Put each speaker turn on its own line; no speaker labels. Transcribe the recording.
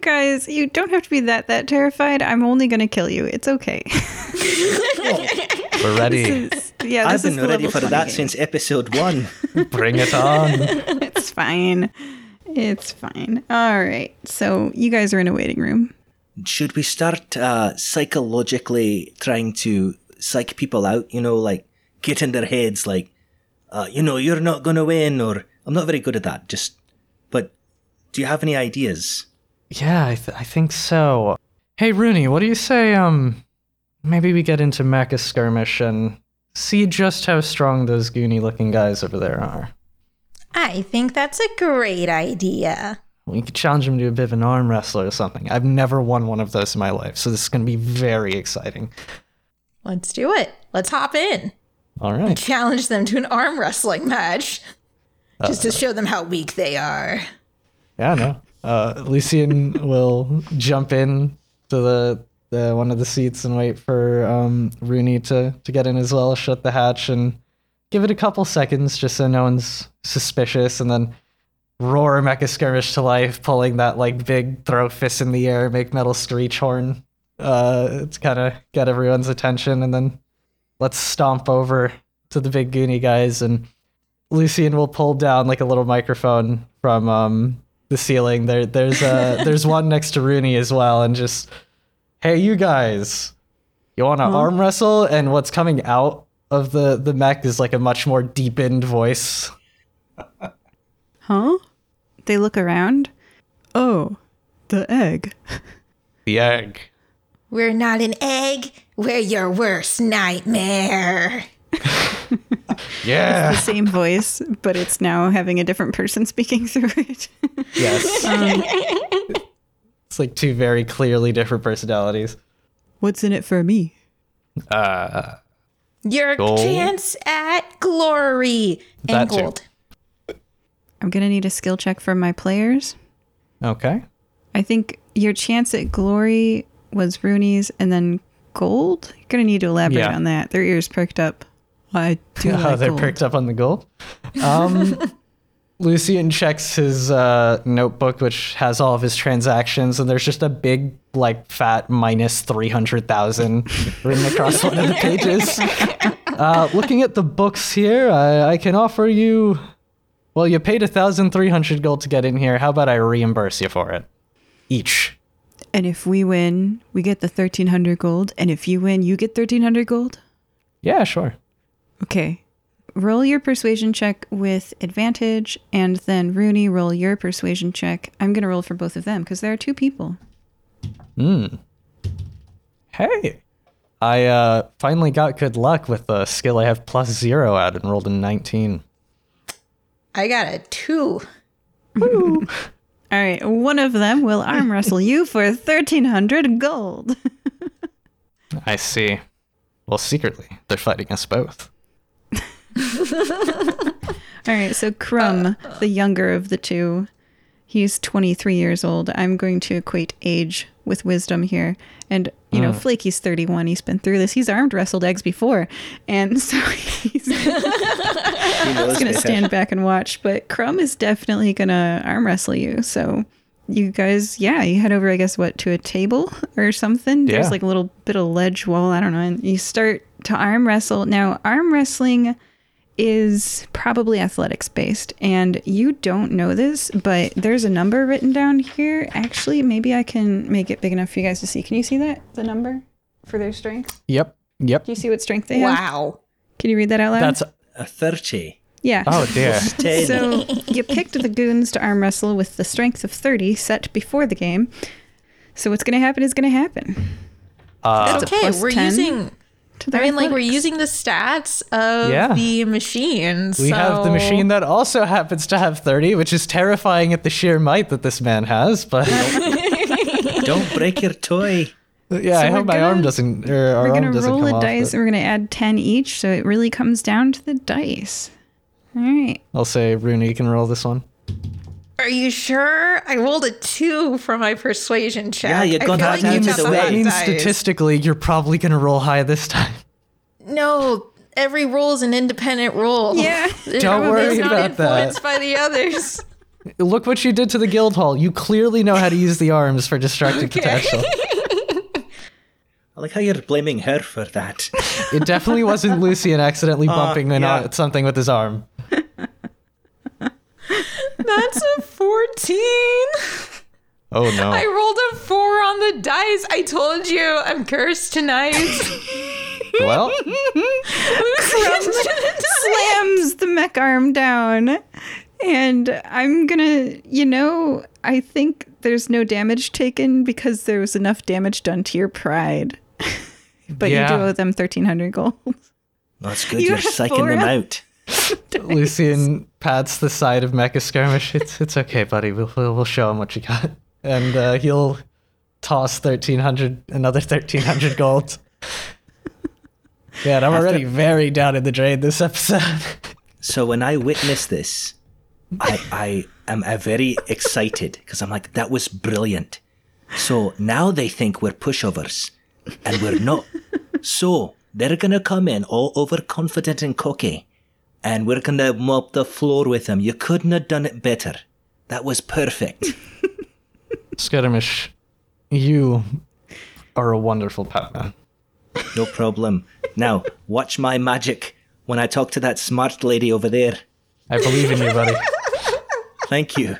guys, you don't have to be that that terrified. I'm only going to kill you. It's okay.
We're ready.
This is- yeah,
I've
this is
been
the
ready
level
for
20
that
game.
since episode one.
Bring it on.
It's fine. It's fine. All right. So you guys are in a waiting room.
Should we start uh, psychologically trying to psych people out? You know, like get in their heads, like, uh, you know, you're not gonna win, or I'm not very good at that. Just, but do you have any ideas?
Yeah, I, th- I think so. Hey, Rooney, what do you say? Um, maybe we get into Mecha skirmish and see just how strong those Goonie-looking guys over there are.
I think that's a great idea.
We could challenge them to a bit of an arm wrestler or something. I've never won one of those in my life, so this is going to be very exciting.
Let's do it. Let's hop in.
All right.
Challenge them to an arm wrestling match. Just to show them how weak they are.
Yeah, no. Uh, Lucian will jump in to the, the one of the seats and wait for um, Rooney to, to get in as well, shut the hatch, and give it a couple seconds just so no one's suspicious, and then roar Mecha Skirmish to life, pulling that like big throw fist in the air, make metal screech horn uh, to kind of get everyone's attention, and then let's stomp over to the big Goonie guys and Lucian will pull down like a little microphone from um, the ceiling. There, there's uh, there's one next to Rooney as well, and just, hey, you guys, you want to arm wrestle? And what's coming out of the the mech is like a much more deepened voice.
Huh? They look around. Oh, the egg.
The egg.
We're not an egg. We're your worst nightmare.
Yeah.
Ah.
The same voice, but it's now having a different person speaking through it.
yes. it's like two very clearly different personalities.
What's in it for me?
Your
Gold.
chance at glory
That
and
too.
gold.
I'm going to need a skill check from my players.
Okay.
I think your chance at glory was Rooney's and then gold. You're going to need to elaborate
Yeah.
on that. Their ears pricked up. I do
Oh,
like
they're
gold.
pricked up on the gold. Um, Lucian checks his uh, notebook, which has all of his transactions, and there's just a big, like, fat minus 300,000 written across one of the pages. Uh, looking at the books here, I, I can offer you. Well, you paid 1,300 gold to get in here. How about I reimburse you for it? Each.
And if we win, we get the 1300 gold. And if you win, you get 1300 gold.
Yeah, sure.
Okay. Roll your persuasion check with advantage, and then Rooney, roll your persuasion check. I'm going to roll for both of them because there are two people.
Hey. I uh, finally got good luck with the skill I have plus zero at and rolled a 19.
I got a two.
All right. One of them will arm wrestle you for 1300 gold.
I see. Well, secretly, they're fighting us both.
All right. So, Crumb, the younger of the two, he's 23 years old. I'm going to equate age with wisdom here. And, you know, Flaky's 31. He's been through this. He's armed wrestled eggs before. And so he's.
Who knows,
just gonna
maybe?
stand back and watch, but Crumb is definitely gonna arm wrestle you. So you guys, yeah, you head over, I guess, what to a table or something.
Yeah.
There's like a little bit of ledge wall, I don't know, and you start to arm wrestle. Now, arm wrestling is probably athletics based, and you don't know this, but there's a number written down here. Actually, maybe I can make it big enough for you guys to see. Can you see that? The number for their strength?
Yep. Yep.
Do you see what strength they have?
Wow.
Can you read that out loud?
That's
A thirty.
yeah.
oh dear.
Ten.
So you picked the goons to arm wrestle with the strength of 30 set before the game. So what's going to happen is going to happen.
Uh,
That's okay.
plus
We're
10
using.
To
I
their
mean, like we're
athletics.
using the stats of
Yeah.
the machine.
We have the
so-
machine that also happens to have 30, which is terrifying at the sheer might that this man has, but
Don't break your toy.
yeah, I
we're
hope my arm
gonna-
doesn't or our
We're
arm
going to
doesn't
roll
come
a
off.
dice
but
and we're going to add 10 each. So it really comes down to the dice. All right.
I'll say Rooney can roll this one.
Are you sure? I rolled a two for my persuasion check.
Yeah, you'd
I
gone
feel
half
like you
into
got
the
the
way.
That
right
means
dice.
statistically you're probably going to roll high this time.
No, every roll is an independent roll.
Yeah.
It
Don't worry
is not
about that.
influenced by the others.
Look what you did to the guild hall. You clearly know how to use the arms for distracting potential.
I like how you're blaming her for that.
It definitely wasn't Lucian accidentally bumping an-
yeah.
something with his arm.
That's a 14.
Oh no.
I rolled a 4 on the dice. I told you I'm cursed tonight.
well,
slams the mech arm down. And I'm gonna, you know, I think there's no damage taken because there was enough damage done to your pride. but
Yeah.
you do owe them 1300 gold.
That's good.
You
You are
have
psyching them
aura.
out.
Lucian pats the side of Mecha Skirmish. It's it's okay, buddy. We'll we'll, we'll show him what you got, and uh, he'll toss thirteen hundred, another thirteen hundred gold. Man, I'm already very down in the drain this episode.
So when I witness this, I, I am uh, very excited because I'm like, that was brilliant. So now they think we're pushovers and we're not. so they're going to come in all overconfident and cocky and we're going to mop the floor with them. You couldn't have done it better. That was perfect.
Skirmish, you are a wonderful partner.
No problem. Now, watch my magic when I talk to that smart lady over there.
I believe in you, buddy.
Thank you.